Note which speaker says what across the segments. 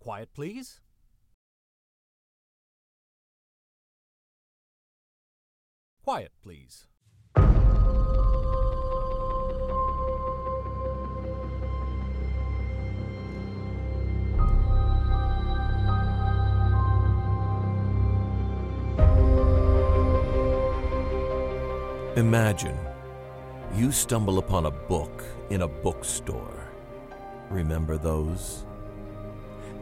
Speaker 1: Quiet, please. Quiet, please.
Speaker 2: Imagine you stumble upon a book in a bookstore. Remember those?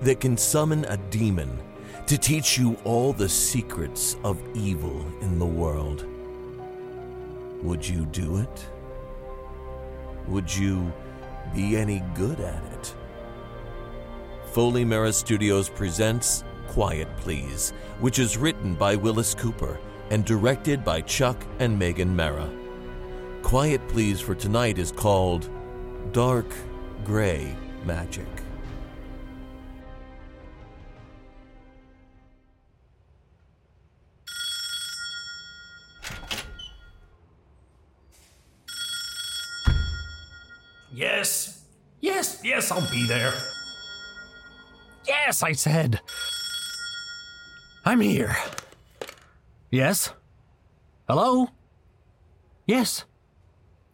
Speaker 2: That can summon a demon to teach you all the secrets of evil in the world. Would you do it? Would you be any good at it? Foley Mara Studios presents Quiet Please, which is written by Willis Cooper and directed by Chuck and Megan Mara. Quiet Please for tonight is called Dark Gray Magic.
Speaker 3: Yes. Yes, yes, I'll be there. Yes, I said.
Speaker 1: I'm here. Yes? Hello? Yes.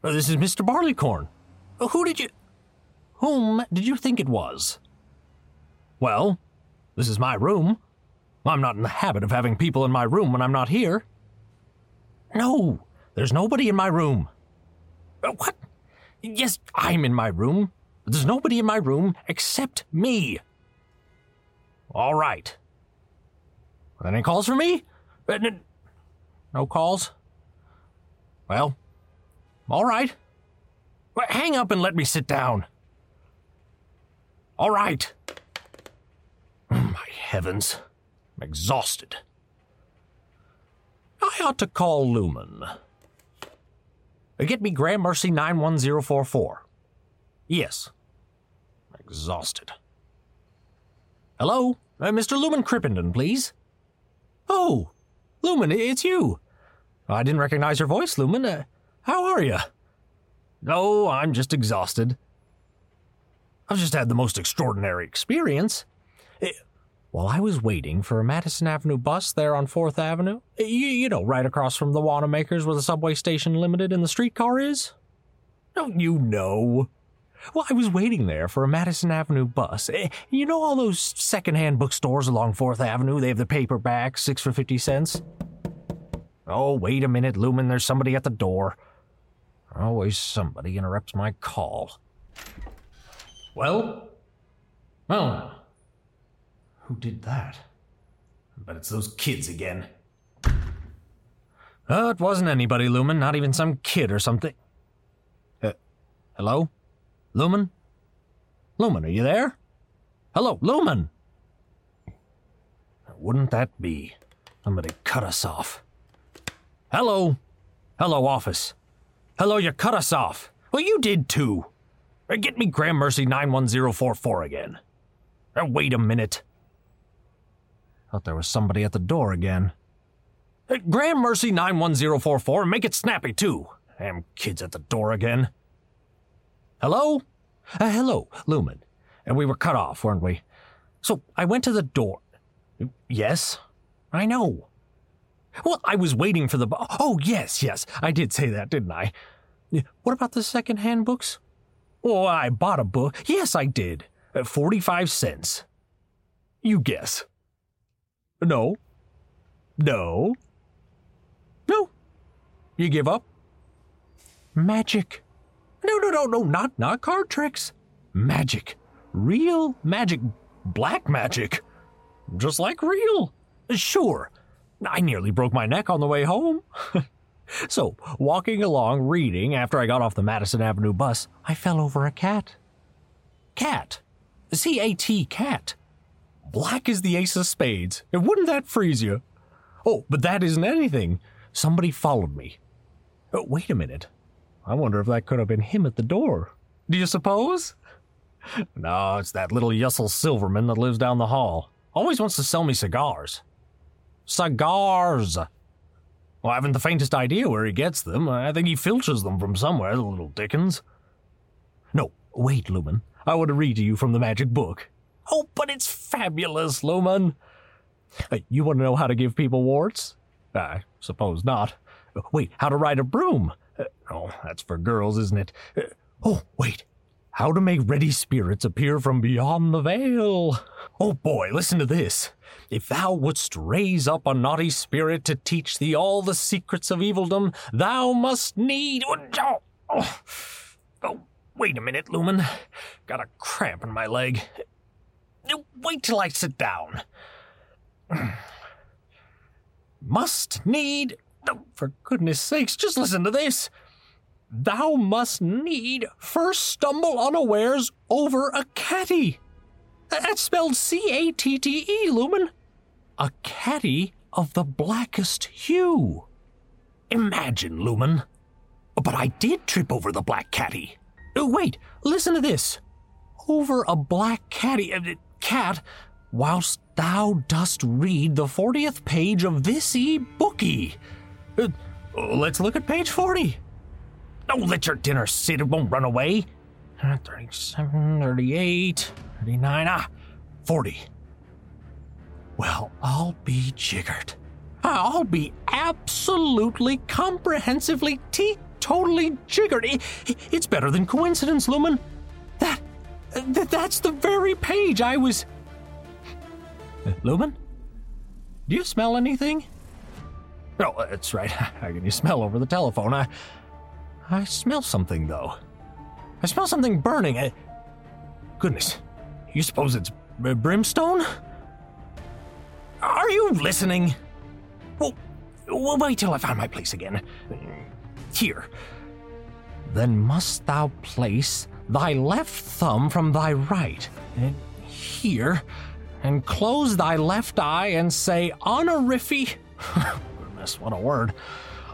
Speaker 1: Uh, This is Mr. Barleycorn. Uh, Who did you. Whom did you think it was? Well, this is my room. I'm not in the habit of having people in my room when I'm not here. No, there's nobody in my room. Uh, What? Yes, I'm in my room. but There's nobody in my room except me. All right. Any calls for me? Uh, n- No calls? Well, all right. Well, hang up and let me sit down. All right. My heavens. I'm exhausted. I ought to call Lumen. Uh, Get me Grand Mercy 91044. Yes. Exhausted. Hello? Uh, Mr. Lumen Crippenden, please. Oh, Lumen, i- it's you. Oh, I didn't recognize your voice, Lumen. Uh, how are you? No, I'm just exhausted. I've just had the most extraordinary experience. Eh, while I was waiting for a Madison Avenue bus there on 4th Avenue, eh, you, you know, right across from the Wanamakers where the subway station limited and the streetcar is? Don't you know? Well, I was waiting there for a Madison Avenue bus. Eh, You know all those secondhand bookstores along 4th Avenue? They have the paperback, six for 50 cents. Oh, wait a minute, Lumen, there's somebody at the door. Always somebody interrupts my call. Well? Well, now. Who did that? But it's those kids again. Oh, it wasn't anybody, Lumen. Not even some kid or something. Uh, hello? Lumen? Lumen, are you there? Hello, Lumen! Wouldn't that be? Somebody cut us off. Hello? Hello, office. Hello, you cut us off. Well, you did too. Uh, Get me Graham Mercy 91044 again. Uh, Wait a minute. Thought there was somebody at the door again. Uh, Graham Mercy 91044, make it snappy too. Damn kids at the door again. Hello? Uh, hello, Lumen. And we were cut off, weren't we? So I went to the door. Yes, I know. Well, I was waiting for the. bu- Oh, yes, yes, I did say that, didn't I? Yeah, What about the secondhand books? Oh, I bought a book. Yes, I did. At 45 cents. You guess. No. No. No. You give up? Magic. No, no, no, no, not, not card tricks. Magic. Real magic. Black magic. Just like real. Sure. I nearly broke my neck on the way home. So, walking along reading after I got off the Madison Avenue bus, I fell over a cat. Cat. C A T cat. Black as the ace of spades. And wouldn't that freeze you? Oh, but that isn't anything. Somebody followed me. Oh, wait a minute. I wonder if that could have been him at the door. Do you suppose? No, it's that little Yussel Silverman that lives down the hall. Always wants to sell me cigars. Cigars! Well, I haven't the faintest idea where he gets them. I think he filches them from somewhere, the little Dickens. No, wait, Lumen. I want to read to you from the magic book. Oh, but it's fabulous, Lumen. Uh, You want to know how to give people warts? I suppose not. Uh, Wait, how to ride a broom? Uh, Oh, that's for girls, isn't it? Uh, Oh, wait. How to make ready spirits appear from beyond the veil. Oh boy, listen to this. If thou wouldst raise up a naughty spirit to teach thee all the secrets of evildom, thou must need. Oh, oh, oh wait a minute, Lumen. Got a cramp in my leg. Wait till I sit down must need. oh, For goodness sakes, just listen to this. Thou must need first stumble unawares over a catty. Th- That's spelled C A T T E, Lumen. A catty of the blackest hue. Imagine, Lumen. But I did trip over the black catty. Oh, wait, listen to this over a black catty, uh, cat whilst thou dost read the 40th page of this e-bookie. Uh, let's look at page 40. Don't let your dinner sit, it won't run away. Uh, 37, 38, 39, ah, 40. Well, I'll be jiggered. I'll be absolutely, comprehensively, teetotally jiggered. I- i- it's better than coincidence, Lumen. That, th- that's the very page I was. Uh, Lumen? Do you smell anything? No, oh, that's right. How can you smell over the telephone? I, I smell something though. I smell something burning. I, goodness, you suppose it's br- brimstone? Are you listening? Well, well, wait till I find my place again. Here. Then must thou place thy left thumb from thy right, and here, and close thy left eye and say, Honorifi. Goodness, what a word.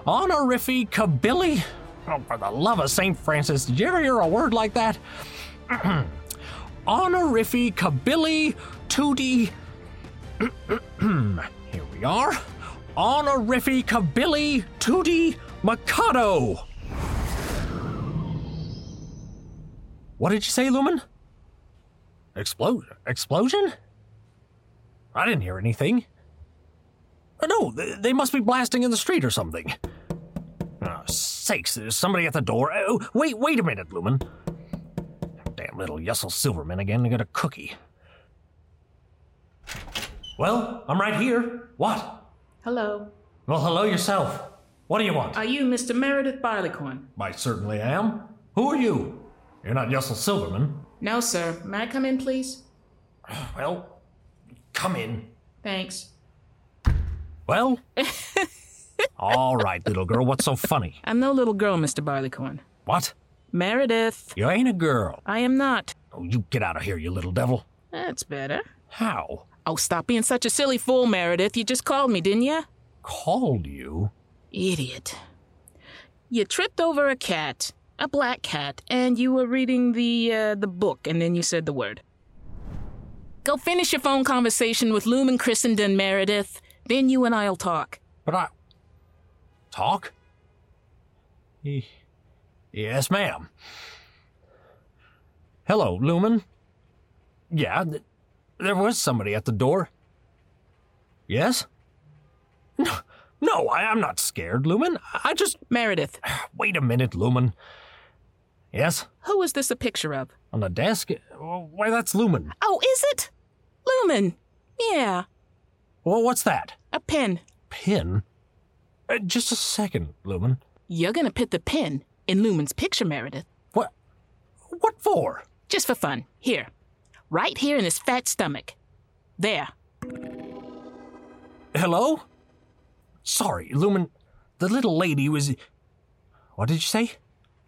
Speaker 1: Honorifi Kabili. Oh, for the love of St. Francis, did you ever hear a word like that? Honorifi Kabili Tudi here we are. Honorifi Kabili Tudi Mikado. What did you say, Lumen? Explosion? Explosion? I didn't hear anything. Uh, No, th- they must be blasting in the street or something. Oh, sakes, there's somebody at the door. Oh, wait, wait a minute, Lumen. Damn little Yussel Silverman again to get a cookie. Well, I'm right here. What?
Speaker 4: Hello.
Speaker 1: Well, hello yourself. What do you want?
Speaker 4: Are you Mr. Meredith Barleycorn?
Speaker 1: I certainly am. Who are you? You're not Yussel Silverman.
Speaker 4: No, sir. May I come in, please?
Speaker 1: Well, come in.
Speaker 4: Thanks.
Speaker 1: Well? All right, little girl, what's so funny?
Speaker 4: I'm no little girl, Mr. Barleycorn.
Speaker 1: What?
Speaker 4: Meredith.
Speaker 1: You ain't a girl.
Speaker 4: I am not.
Speaker 1: Oh, you get out of here, you little devil.
Speaker 4: That's better.
Speaker 1: How?
Speaker 4: Oh, stop being such a silly fool, Meredith. You just called me, didn't you?
Speaker 1: Called you?
Speaker 4: Idiot. You tripped over a cat, a black cat, and you were reading the uh, the book, and then you said the word. Go finish your phone conversation with Lumen Christendon, Meredith. Then you and I'll talk.
Speaker 1: But I. Talk? Y- Yes, ma'am. Hello, Lumen. Yeah, th- there was somebody at the door. Yes? No, no, I, I'm not scared, Lumen. I- I just.
Speaker 4: Meredith,
Speaker 1: Wait a minute, Lumen. Yes?
Speaker 4: who is this a picture of?
Speaker 1: On the desk? Why, that's Lumen.
Speaker 4: Oh, is it? Lumen. Yeah,
Speaker 1: Well, what's that?
Speaker 4: a pin.
Speaker 1: Pin? Uh, just a second, Lumen.
Speaker 4: You're gonna put the pin in Lumen's picture, Meredith,
Speaker 1: What? What for?
Speaker 4: just for fun. Here, right here in his fat stomach. There.
Speaker 1: Hello? Sorry, Lumen. The little lady was. What did you say?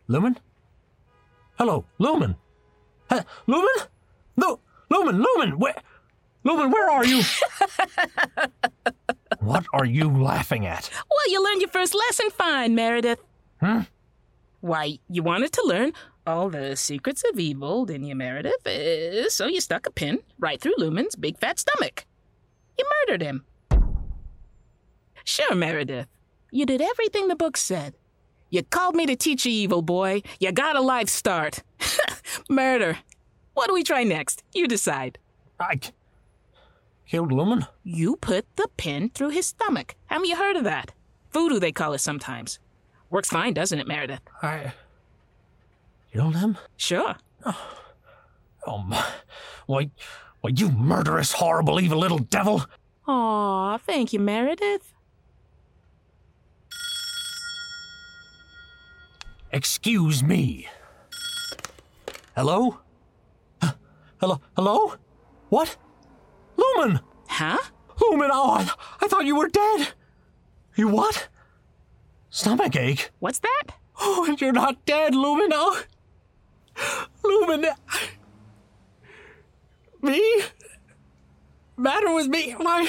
Speaker 1: Lumen? Hello, Lumen. Huh, Lumen? No, Lumen, Lumen, where? Lumen, where are you? what are you laughing at?
Speaker 4: Well, you learned your first lesson fine, Meredith.
Speaker 1: Hmm?
Speaker 4: Why, you wanted to learn all the secrets of evil, didn't you, Meredith? Uh, so you stuck a pin right through Lumen's big fat stomach. You murdered him. Sure, Meredith. You did everything the book said. You called me to teach you evil, boy. You got a life start. Murder. What do we try next? You decide.
Speaker 1: I. Killed Lumen?
Speaker 4: You put the pin through his stomach. Haven't you heard of that? Voodoo, they call it sometimes. Works fine, doesn't it, Meredith?
Speaker 1: I. Killed him?
Speaker 4: Sure.
Speaker 1: Oh my. Why, why, you murderous, horrible, evil little devil!
Speaker 4: Aw, thank you, Meredith.
Speaker 1: Excuse me. Hello? Huh, Hello? Hello? What? Lumen!
Speaker 4: Huh?
Speaker 1: Lumen, oh, I, I thought you were dead. You what? Stomach ache?
Speaker 4: What's that?
Speaker 1: Oh, and you're not dead, Lumen. Oh, Lumen. Me? Matter with me? Why?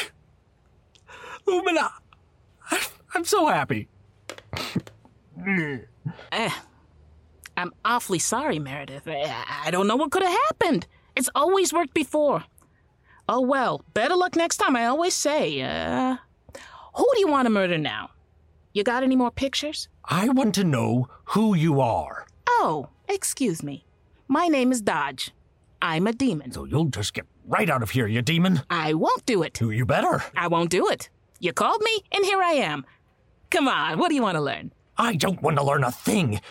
Speaker 1: Lumen, I, I'm so happy.
Speaker 4: Eh, I'm awfully sorry, Meredith. I, I don't know what could have happened. It's always worked before. Oh well, better luck next time, I always say. Uh, who do you want to murder now? You got any more pictures?
Speaker 1: I want to know who you are.
Speaker 4: Oh, excuse me. My name is Dodge. I'm a demon.
Speaker 1: So you'll just get right out of here, you demon.
Speaker 4: I won't do it.
Speaker 1: Do you better?
Speaker 4: I won't do it. You called me, and here I am. Come on, what do you want to learn?
Speaker 1: I don't want to learn a thing.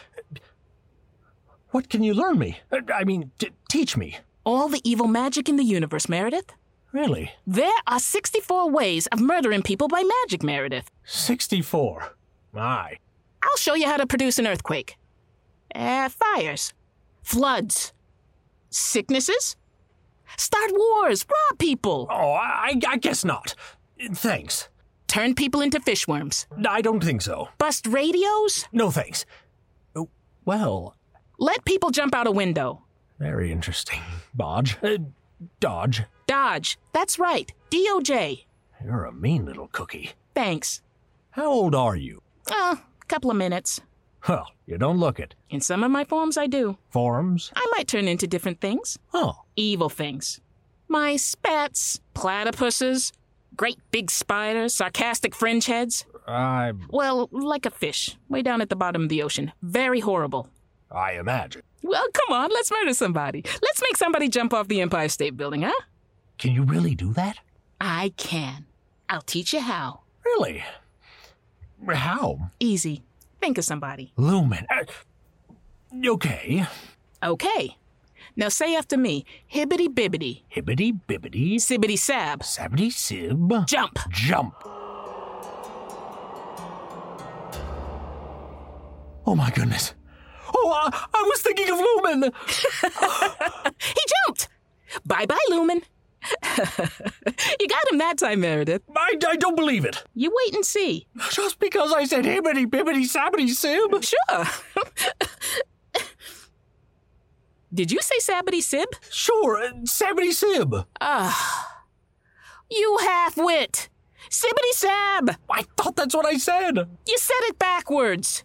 Speaker 1: What can you learn me? I mean, t- teach me.
Speaker 4: All the evil magic in the universe, Meredith?
Speaker 1: Really?
Speaker 4: There are 64 ways of murdering people by magic, Meredith.
Speaker 1: 64. My.
Speaker 4: I'll show you how to produce an earthquake. Uh, fires, floods, sicknesses. Start wars, rob people,
Speaker 1: Oh, I, I guess not. Thanks.
Speaker 4: turn people into fishworms,
Speaker 1: I don't think so.
Speaker 4: bust radios,
Speaker 1: No thanks. Oh, Well,
Speaker 4: let people jump out a window,
Speaker 1: very interesting. Bodge. Uh, Dodge.
Speaker 4: dodge. That's right, DOJ.
Speaker 1: You're a mean little cookie.
Speaker 4: Thanks.
Speaker 1: How old are you?
Speaker 4: Oh, couple of minutes.
Speaker 1: Well, you don't look it.
Speaker 4: In some of my forms, I do.
Speaker 1: Forms?
Speaker 4: I might turn into different things,
Speaker 1: Oh,
Speaker 4: evil things. My spats, platypuses, great big spiders, sarcastic fringe heads.
Speaker 1: I,
Speaker 4: Well, like a fish, way down at the bottom of the ocean. Very horrible.
Speaker 1: I imagine.
Speaker 4: Well, come on, let's murder somebody. Let's make somebody jump off the Empire State Building, huh?
Speaker 1: Can you really do that?
Speaker 4: I can. I'll teach you how.
Speaker 1: Really? How?
Speaker 4: Easy. Think of somebody.
Speaker 1: Lumen. Uh, okay.
Speaker 4: Okay. Now say after me hibbity bibbity,
Speaker 1: Hibbity bibbity,
Speaker 4: sibbity sab,
Speaker 1: sabbity sib,
Speaker 4: jump.
Speaker 1: jump. Oh my goodness. Oh, I, I was thinking of Lumen.
Speaker 4: He jumped! Bye bye, Lumen. you got him that time, Meredith.
Speaker 1: I, I don't believe it.
Speaker 4: You wait and see.
Speaker 1: Just because I said hibbity bibbity sabbity sib.
Speaker 4: Sure. Did you say sabbity sib?
Speaker 1: Sure, uh, sabbity sib.
Speaker 4: You half wit! Sibbity sab!
Speaker 1: I thought that's what I said.
Speaker 4: You said it backwards!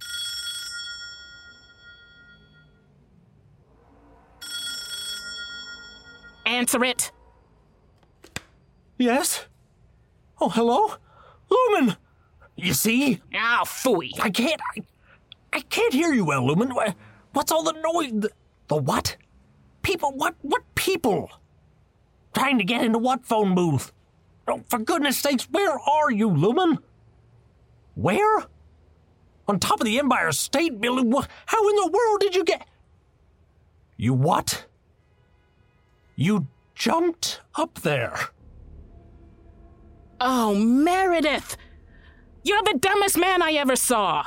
Speaker 4: Answer it!
Speaker 1: Yes? Oh, hello? Lumen! You see?
Speaker 4: Ah, phooey!
Speaker 1: I can't. I, I can't hear you well, Lumen. Wha- What's all the noise? The, the what? People? What? What people? Trying to get into what phone booth? Oh, for goodness sakes, where are you, Lumen? Where? On top of the Empire State Building? Wha- How in the world did you get. You what? You jumped up there.
Speaker 4: Oh, Meredith! You're the dumbest man I ever saw!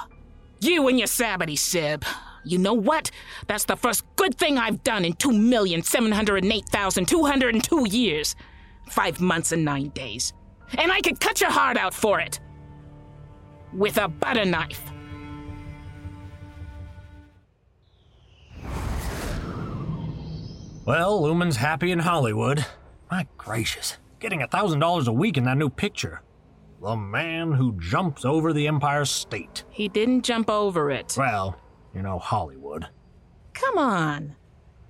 Speaker 4: You and your sabbity sib. You know what? That's the first good thing I've done in 2,708,202 years. Five months and nine days. And I could cut your heart out for it! With a butter knife.
Speaker 1: Well, Lumen's happy in Hollywood. My gracious, getting a thousand dollars a week in that new picture. The man who jumps over the Empire State.
Speaker 4: He didn't jump over it.
Speaker 1: Well, you know, Hollywood.
Speaker 4: Come on.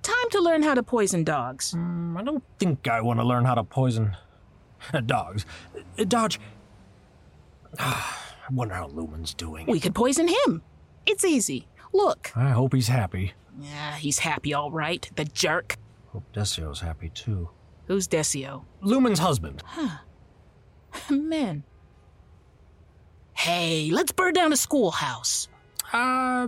Speaker 4: Time to learn how to poison dogs.
Speaker 1: Mm, I don't think I want to learn how to poison dogs. Uh, Dodge. Ah, I wonder how Lumen's doing.
Speaker 4: We could poison him. It's easy. Look. Ah,
Speaker 1: I hope he's happy.
Speaker 4: Yeah, he's happy, all right. The jerk.
Speaker 1: Hope Desio's happy too.
Speaker 4: Who's Desio?
Speaker 1: Lumen's husband.
Speaker 4: Man. Hey, let's burn down the schoolhouse.
Speaker 1: Uh,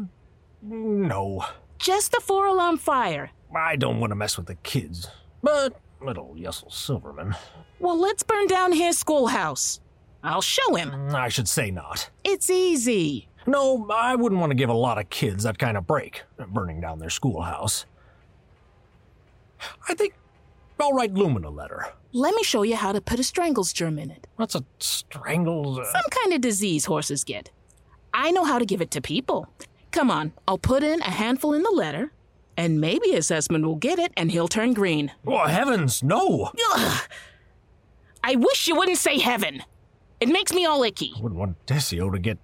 Speaker 1: no.
Speaker 4: Just a four alarm fire.
Speaker 1: I don't want to mess with the kids. But little Yussel Silverman.
Speaker 4: Well, let's burn down his schoolhouse. I'll show him.
Speaker 1: I should say not.
Speaker 4: It's easy.
Speaker 1: No, I wouldn't want to give a lot of kids that kind of break, burning down their schoolhouse. I think I'll write Lumen a letter.
Speaker 4: Let me show you how to put a strangles germ in it.
Speaker 1: That's a strangled. Uh,
Speaker 4: Some kind of disease horses get. I know how to give it to people. Come on, I'll put in a handful in the letter, and maybe his husband will get it and he'll turn green.
Speaker 1: oh, heavens, no!
Speaker 4: I wish you wouldn't say heaven. It makes me all icky.
Speaker 1: Wouldn't want Desio to get.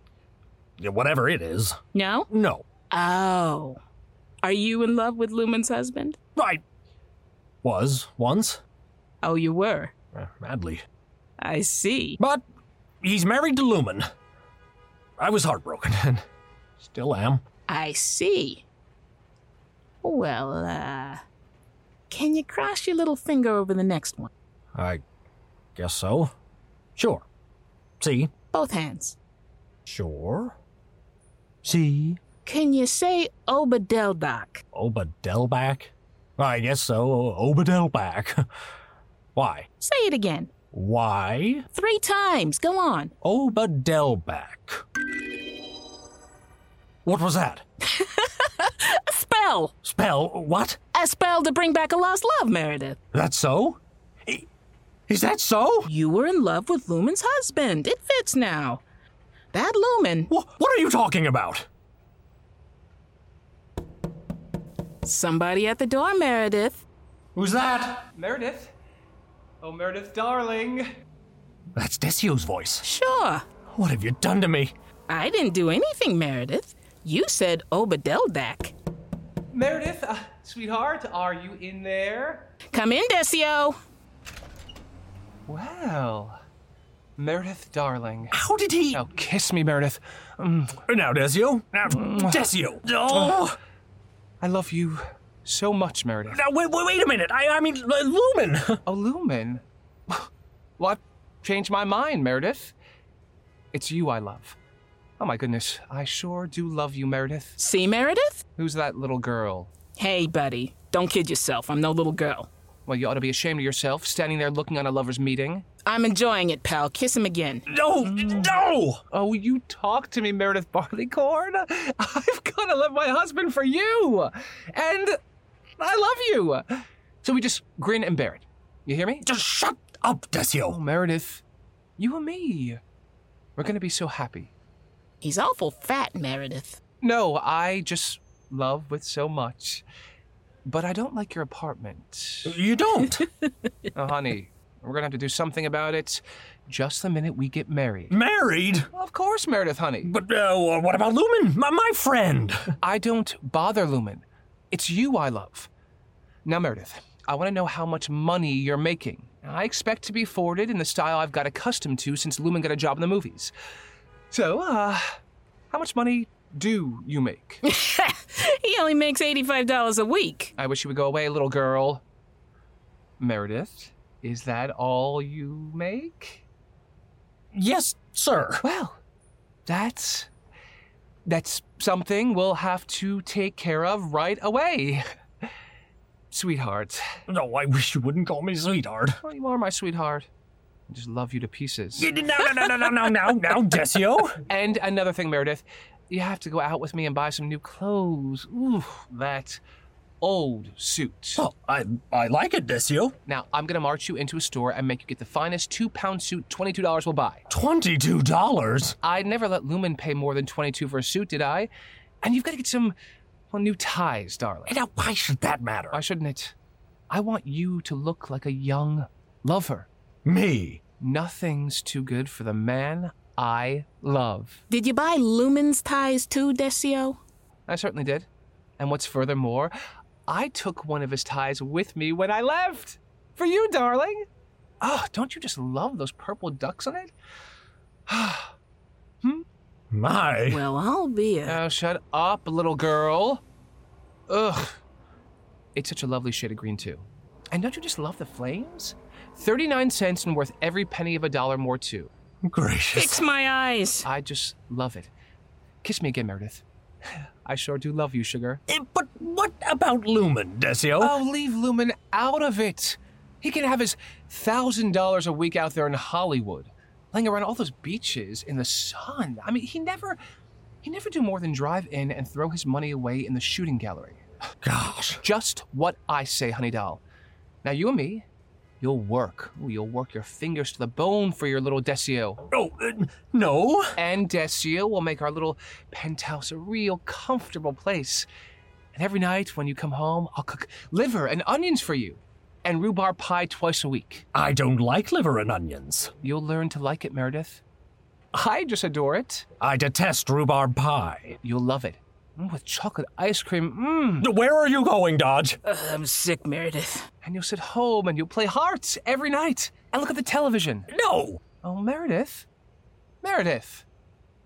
Speaker 1: whatever it is.
Speaker 4: No?
Speaker 1: No.
Speaker 4: Oh. Are you in love with Lumen's husband?
Speaker 1: I. was once.
Speaker 4: Oh, you were.
Speaker 1: Uh, madly.
Speaker 4: I see.
Speaker 1: But he's married to Lumen. I was heartbroken and still am.
Speaker 4: I see. Well, uh. Can you cross your little finger over the next one?
Speaker 1: I guess so. Sure. See?
Speaker 4: Both hands.
Speaker 1: Sure. See?
Speaker 4: Can you say Obadeldoc?
Speaker 1: Obadelback? I guess so. Obadelback. Why?
Speaker 4: Say it again.
Speaker 1: Why?
Speaker 4: Three times. Go on.
Speaker 1: Obadelback. What was that?
Speaker 4: A spell!
Speaker 1: Spell? What?
Speaker 4: A spell to bring back a lost love, Meredith.
Speaker 1: That's so? I- Is that so?
Speaker 4: You were in love with Lumen's husband. It fits now. That Lumen.
Speaker 1: Wha what are you talking about?
Speaker 4: Somebody at the door, Meredith.
Speaker 3: Who's that?
Speaker 5: Meredith? Oh, Meredith, darling.
Speaker 1: That's Desio's voice.
Speaker 4: Sure.
Speaker 1: What have you done to me?
Speaker 4: I didn't do anything, Meredith. You said Obadeldak.
Speaker 5: Meredith, uh, sweetheart, are you in there?
Speaker 4: Come in, Desio.
Speaker 5: Well, Meredith, darling.
Speaker 1: How did he?
Speaker 5: Now kiss me, Meredith.
Speaker 1: Now, Desio. Now, Desio. Oh,
Speaker 5: I love you so much, Meredith.
Speaker 1: now, wait, wait, wait a minute. I, I mean, L- Lumen.
Speaker 5: Oh, Lumen. What? Changed my mind, Meredith. It's you I love. Oh, my goodness. I sure do love you, Meredith.
Speaker 4: See, Meredith?
Speaker 5: Who's that little girl?
Speaker 4: Hey, buddy. Don't kid yourself. I'm no little girl.
Speaker 5: Well, you ought to be ashamed of yourself, standing there looking on a lover's meeting.
Speaker 4: I'm enjoying it, pal. Kiss him again.
Speaker 1: No, no.
Speaker 5: Oh, you talk to me, Meredith Barleycorn. I've got to love my husband for you. And I love you. So we just grin and bear it. You hear me?
Speaker 1: Just shut up,
Speaker 5: Oh,
Speaker 1: Desio.
Speaker 5: Meredith, you and me. We're going to be so happy.
Speaker 4: He's awful fat, Meredith.
Speaker 5: No, I just love with so much. But I don't like your apartment.
Speaker 1: You don't.
Speaker 5: Oh, honey, we're going to have to do something about it just the minute we get married.
Speaker 1: Married?
Speaker 5: Of course, Meredith, honey.
Speaker 1: But uh, what about Lumen? My, my friend.
Speaker 5: I don't bother Lumen. It's you I love. Now, Meredith, I want to know how much money you're making. I expect to be forwarded in the style I've got accustomed to since Lumen got a job in the movies. So, uh, how much money do you make?
Speaker 4: He only makes $85 a week.
Speaker 5: I wish you would go away, little girl. Meredith, is that all you make?
Speaker 1: Yes, sir.
Speaker 5: Well, that's. That's something we'll have to take care of right away. Sweetheart.
Speaker 1: No, I wish you wouldn't call me sweetheart.
Speaker 5: Oh, you are my sweetheart. I just love you to pieces.
Speaker 1: You did- No, no, no, no, no, no, no, no, Desio.
Speaker 5: And another thing, Meredith, you have to go out with me and buy some new clothes. Ooh, that old suit.
Speaker 1: Oh, I, I like it, Desio.
Speaker 5: Now, I'm going to march you into a store and make you get the finest two pound suit $22 will buy.
Speaker 1: Twenty-two dollars.
Speaker 5: I never let Lumen pay more than 22 for a suit, did I? And you've got to get some well, new ties, darling.
Speaker 1: Now, why should that matter?
Speaker 5: Why shouldn't it? I want you to look like a young lover.
Speaker 1: Me.
Speaker 5: Nothing's too good for the man I love.
Speaker 4: Did you buy Lumen's ties too, Desio?
Speaker 5: I certainly did. And what's furthermore, I took one of his ties with me when I left. For you, darling. Oh, don't you just love those purple ducks on it?
Speaker 1: My.
Speaker 4: Well, I'll be a.
Speaker 5: Oh, shut up, little girl. Ugh. It's such a lovely shade of green, too. And don't you just love the flames? 39 cents and worth every penny of a dollar more, too.
Speaker 1: Gracious.
Speaker 4: Fix my eyes.
Speaker 5: I just love it. Kiss me again, Meredith. I sure do love you, sugar.
Speaker 1: Eh, But what about Lumen, Desio?
Speaker 5: Oh, leave Lumen out of it. He can have his $1,000 a week out there in Hollywood, laying around all those beaches in the sun. I mean, he never. He never do more than drive in and throw his money away in the shooting gallery.
Speaker 1: Gosh.
Speaker 5: Just what I say, honey doll. Now you and me, you'll work. Ooh, you'll work your fingers to the bone for your little Desio.
Speaker 1: Oh, uh, no.
Speaker 5: And Desio will make our little penthouse a real comfortable place. And every night when you come home, I'll cook liver and onions for you and rhubarb pie twice a week.
Speaker 1: I don't like liver and onions.
Speaker 5: You'll learn to like it, Meredith. I just adore it.
Speaker 1: I detest rhubarb pie.
Speaker 5: You'll love it. Mm, with chocolate ice cream, mmm.
Speaker 1: Where are you going, Dodge?
Speaker 4: Ugh, I'm sick, Meredith.
Speaker 5: And you'll sit home and you'll play hearts every night and look at the television.
Speaker 1: No.
Speaker 5: Oh, Meredith. Meredith.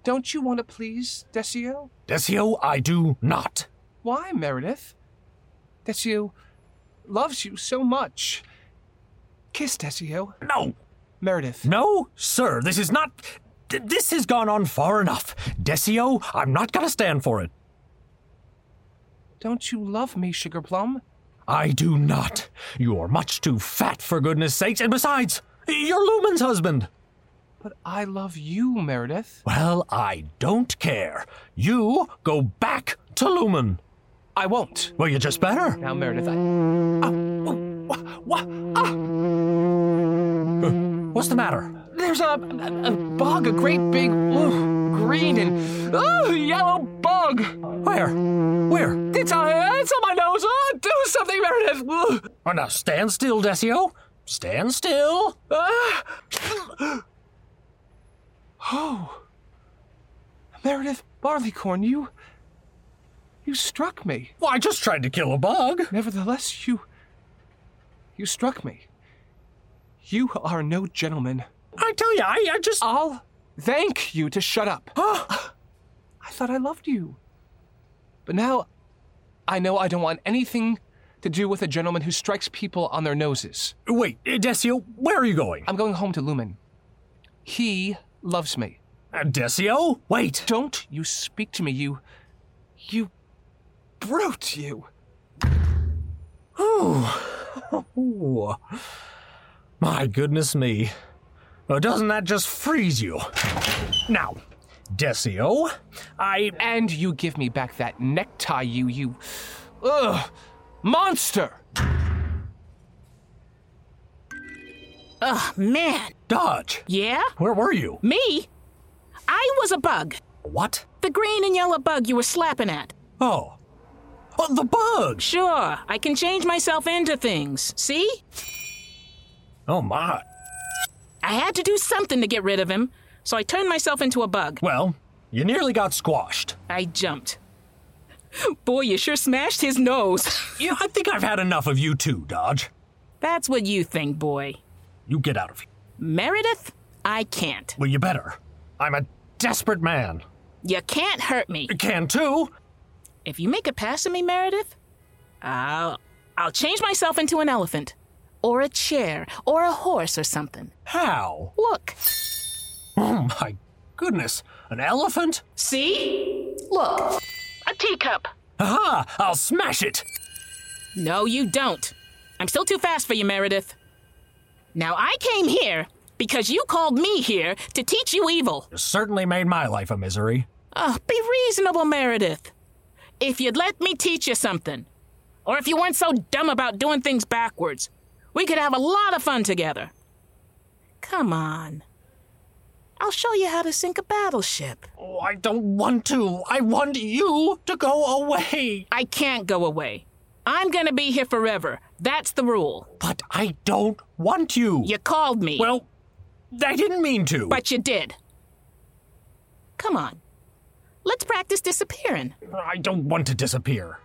Speaker 5: Don't you want to please Desio?
Speaker 1: Desio, I do not.
Speaker 5: Why, Meredith? Desio loves you so much. Kiss Desio.
Speaker 1: No.
Speaker 5: Meredith.
Speaker 1: No, sir. This is not. th- This has gone on far enough. Desio, I'm not going to stand for it.
Speaker 5: Don't you love me, Sugar Plum?
Speaker 1: I do not. You are much too fat, for goodness sakes. And besides, you're Lumen's husband.
Speaker 5: But I love you, Meredith.
Speaker 1: Well, I don't care. You go back to Lumen.
Speaker 5: I won't.
Speaker 1: Well, you just better.
Speaker 5: Now, Meredith, I.
Speaker 1: What? ah! What's the matter?
Speaker 5: There's a, a, a bug, a great big ooh, green and ooh, yellow bug.
Speaker 1: Where? Where?
Speaker 5: It's on, it's on my nose. Oh, do something, Meredith. Ooh.
Speaker 1: Oh, now stand still, Desio. Stand still.
Speaker 5: Ah! Oh, Meredith Barleycorn, you. You struck me.
Speaker 1: Well, I just tried to kill a bug.
Speaker 5: Nevertheless, you. You struck me. You are no gentleman.
Speaker 1: I tell you, I, I just. ah.
Speaker 5: I'll thank you to shut up. I thought I loved you. But now I know I don't want anything to do with a gentleman who strikes people on their noses.
Speaker 1: Wait, uh, Desio, where are you going?
Speaker 5: I'm going home to Lumen. He loves me.
Speaker 1: Uh, Desio? Wait.
Speaker 5: Don't you speak to me, you. You. brute, you.
Speaker 1: Ooh. My goodness me. Uh, doesn't that just freeze you? Now, Desio, I.
Speaker 5: And you give me back that necktie, you, you. Ugh! Monster!
Speaker 4: Ugh, man.
Speaker 1: Dodge,
Speaker 4: Yeah?
Speaker 1: where were you?
Speaker 4: Me? I was a bug.
Speaker 1: What?
Speaker 4: The green and yellow bug you were slapping at.
Speaker 1: Oh. Oh, the bug!
Speaker 4: Sure, I can change myself into things. See?
Speaker 1: Oh, my.
Speaker 4: I had to do something to get rid of him, so I turned myself into a bug.
Speaker 1: Well, you nearly got squashed.
Speaker 4: I jumped. Boy, you sure smashed his nose.
Speaker 1: Yeah, I think I've had enough of you two, Dodge.
Speaker 4: That's what you think, boy.
Speaker 1: You get out of here.
Speaker 4: Meredith, I can't.
Speaker 1: Well, you better. I'm a desperate man.
Speaker 4: You can't hurt me.
Speaker 1: You can too.
Speaker 4: If you make a pass at me, Meredith, I'll I'll change myself into an elephant or a chair or a horse or something.
Speaker 1: How?
Speaker 4: Look.
Speaker 1: Oh my goodness. An elephant?
Speaker 4: See? Look. A teacup.
Speaker 1: Aha! I'll smash it!
Speaker 4: No, you don't. I'm still too fast for you, Meredith. Now, I came here because you called me here to teach you evil.
Speaker 1: You certainly made my life a misery.
Speaker 4: Oh, be reasonable, Meredith. If you'd let me teach you something, or if you weren't so dumb about doing things backwards, we could have a lot of fun together. Come on. I'll show you how to sink a battleship.
Speaker 1: Oh, I don't want to. I want you to go away.
Speaker 4: I can't go away. I'm gonna be here forever. That's the rule.
Speaker 1: But I don't want you.
Speaker 4: You called me,
Speaker 1: Well, I didn't mean to.
Speaker 4: but you did. Come on. Let's practice disappearing.
Speaker 1: I don't want to disappear.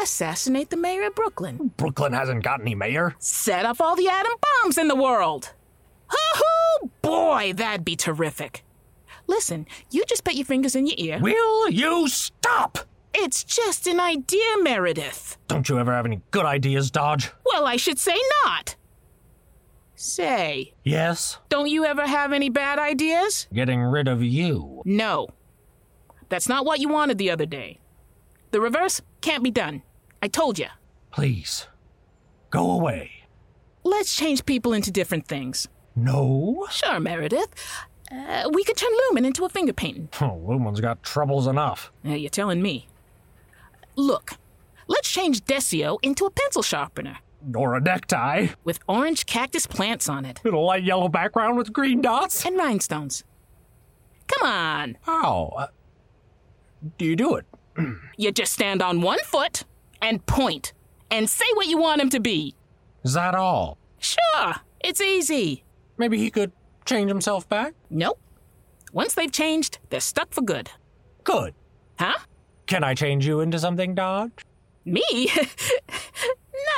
Speaker 4: Assassinate the mayor of Brooklyn.
Speaker 1: Brooklyn hasn't got any mayor.
Speaker 4: set off all the atom bombs in the world. Hoo-hoo! Boy, that'd be terrific. Listen, you just put your fingers in your ear.
Speaker 1: Will you stop?
Speaker 4: It's just an idea, Meredith.
Speaker 1: Don't you ever have any good ideas, Dodge?
Speaker 4: Well, I should say not. Say,
Speaker 1: Yes,
Speaker 4: don't you ever have any bad ideas?
Speaker 1: getting rid of you.
Speaker 4: No. That's not what you wanted the other day. The reverse can't be done. I told you.
Speaker 1: Please, go away.
Speaker 4: Let's change people into different things.
Speaker 1: No?
Speaker 4: Sure, Meredith. Uh, we could turn Lumen into a finger painting.
Speaker 1: Oh, Lumen's got troubles enough.
Speaker 4: Now Uh, you're telling me. Look, let's change Desio into a pencil sharpener
Speaker 1: Or a necktie.
Speaker 4: with orange cactus plants on it
Speaker 1: Little light yellow background with green dots.
Speaker 4: and rhinestones. Come on,
Speaker 1: How? Uh, do you do it?
Speaker 4: you just stand on one foot and point and say what you want him to be.
Speaker 1: Is that all?
Speaker 4: Sure, it's easy.
Speaker 1: Maybe he could change himself back?
Speaker 4: Nope. Once they've changed, they're stuck for good.
Speaker 1: Good.
Speaker 4: Huh?
Speaker 1: Can I change you into something, Dodge?
Speaker 4: Me?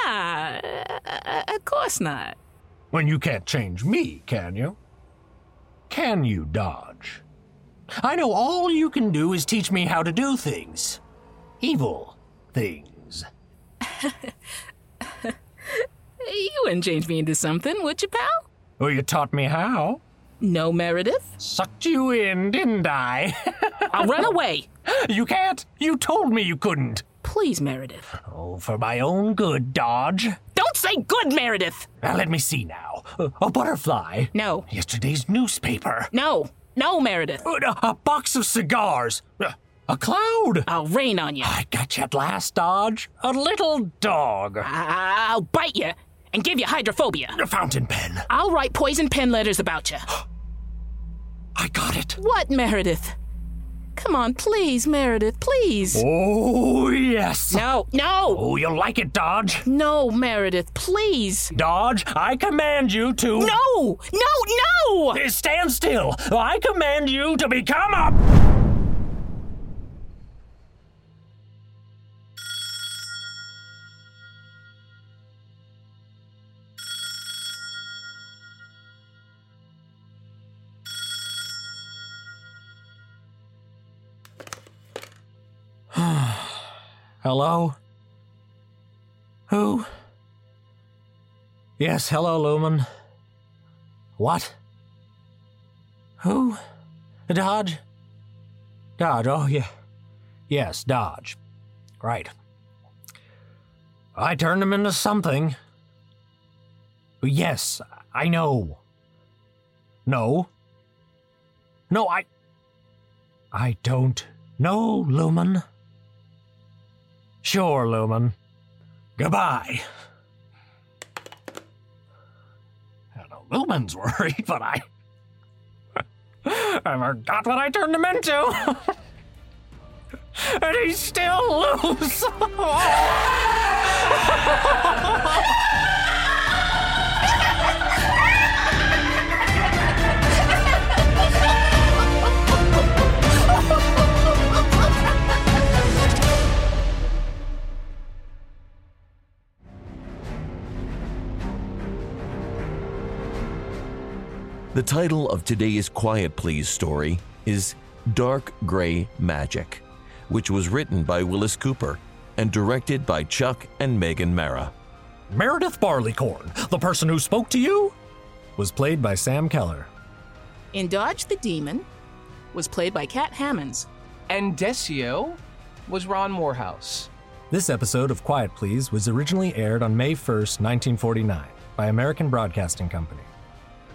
Speaker 4: nah, uh, of course not.
Speaker 1: When you can't change me, can you? Can you dodge? I know all you can do is teach me how to do things. Evil things.
Speaker 4: You wouldn't change me into something, would you, pal?
Speaker 1: Well, you taught me how.
Speaker 4: No, Meredith.
Speaker 1: Sucked you in, didn't I?
Speaker 4: I'll run away.
Speaker 1: you can't. You told me you couldn't.
Speaker 4: Please, Meredith.
Speaker 1: Oh, for my own good, Dodge.
Speaker 4: Don't say good, Meredith.
Speaker 1: Now, let me see now. A, a butterfly.
Speaker 4: No,
Speaker 1: Yesterday's newspaper.
Speaker 4: no, no, Meredith.
Speaker 1: A, a box of cigars. A, a cloud.
Speaker 4: I'll rain on you.
Speaker 1: I got you at last, Dodge. A little dog.
Speaker 4: I- I'll bite you and give you hydrophobia.
Speaker 1: A fountain pen.
Speaker 4: I'll write poison pen letters about you.
Speaker 1: I got it.
Speaker 4: What, Meredith? Come on, please, Meredith, please.
Speaker 1: Oh, yes.
Speaker 4: No, no,
Speaker 1: Oh, you'll like it, Dodge.
Speaker 4: no, Meredith, please.
Speaker 1: Dodge, I command you to.
Speaker 4: No, no, no!
Speaker 1: Uh, Stand still. I command you to become a. hello? Who? Yes, hello, Lumen. What? Who? Dodge? Dodge, oh yeah. Yes, Dodge. Right. I turned him into something. Yes, I know. No. No, I. I don't know, Lumen. Sure, Lumen. Goodbye. I know Lumen's worried, but I. I forgot what I turned him into. and he's still loose.
Speaker 2: The title of today's Quiet Please story is Dark Gray Magic, which was written by Willis Cooper and directed by Chuck and Megan Mara.
Speaker 1: Meredith Barleycorn, the person who spoke to you, was played by Sam Keller.
Speaker 4: In Dodge the Demon was played by Cat Hammonds.
Speaker 5: And Desio was Ron Morehouse.
Speaker 1: This episode of Quiet Please was originally aired on May 1st, 1949, by American Broadcasting Company.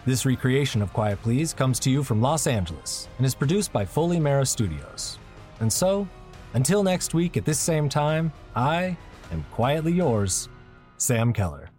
Speaker 1: This recreation of Quiet Please comes to you from Los Angeles and is produced by Foley Mara Studios. And so, until next week at this same time, I am quietly yours, Sam Keller.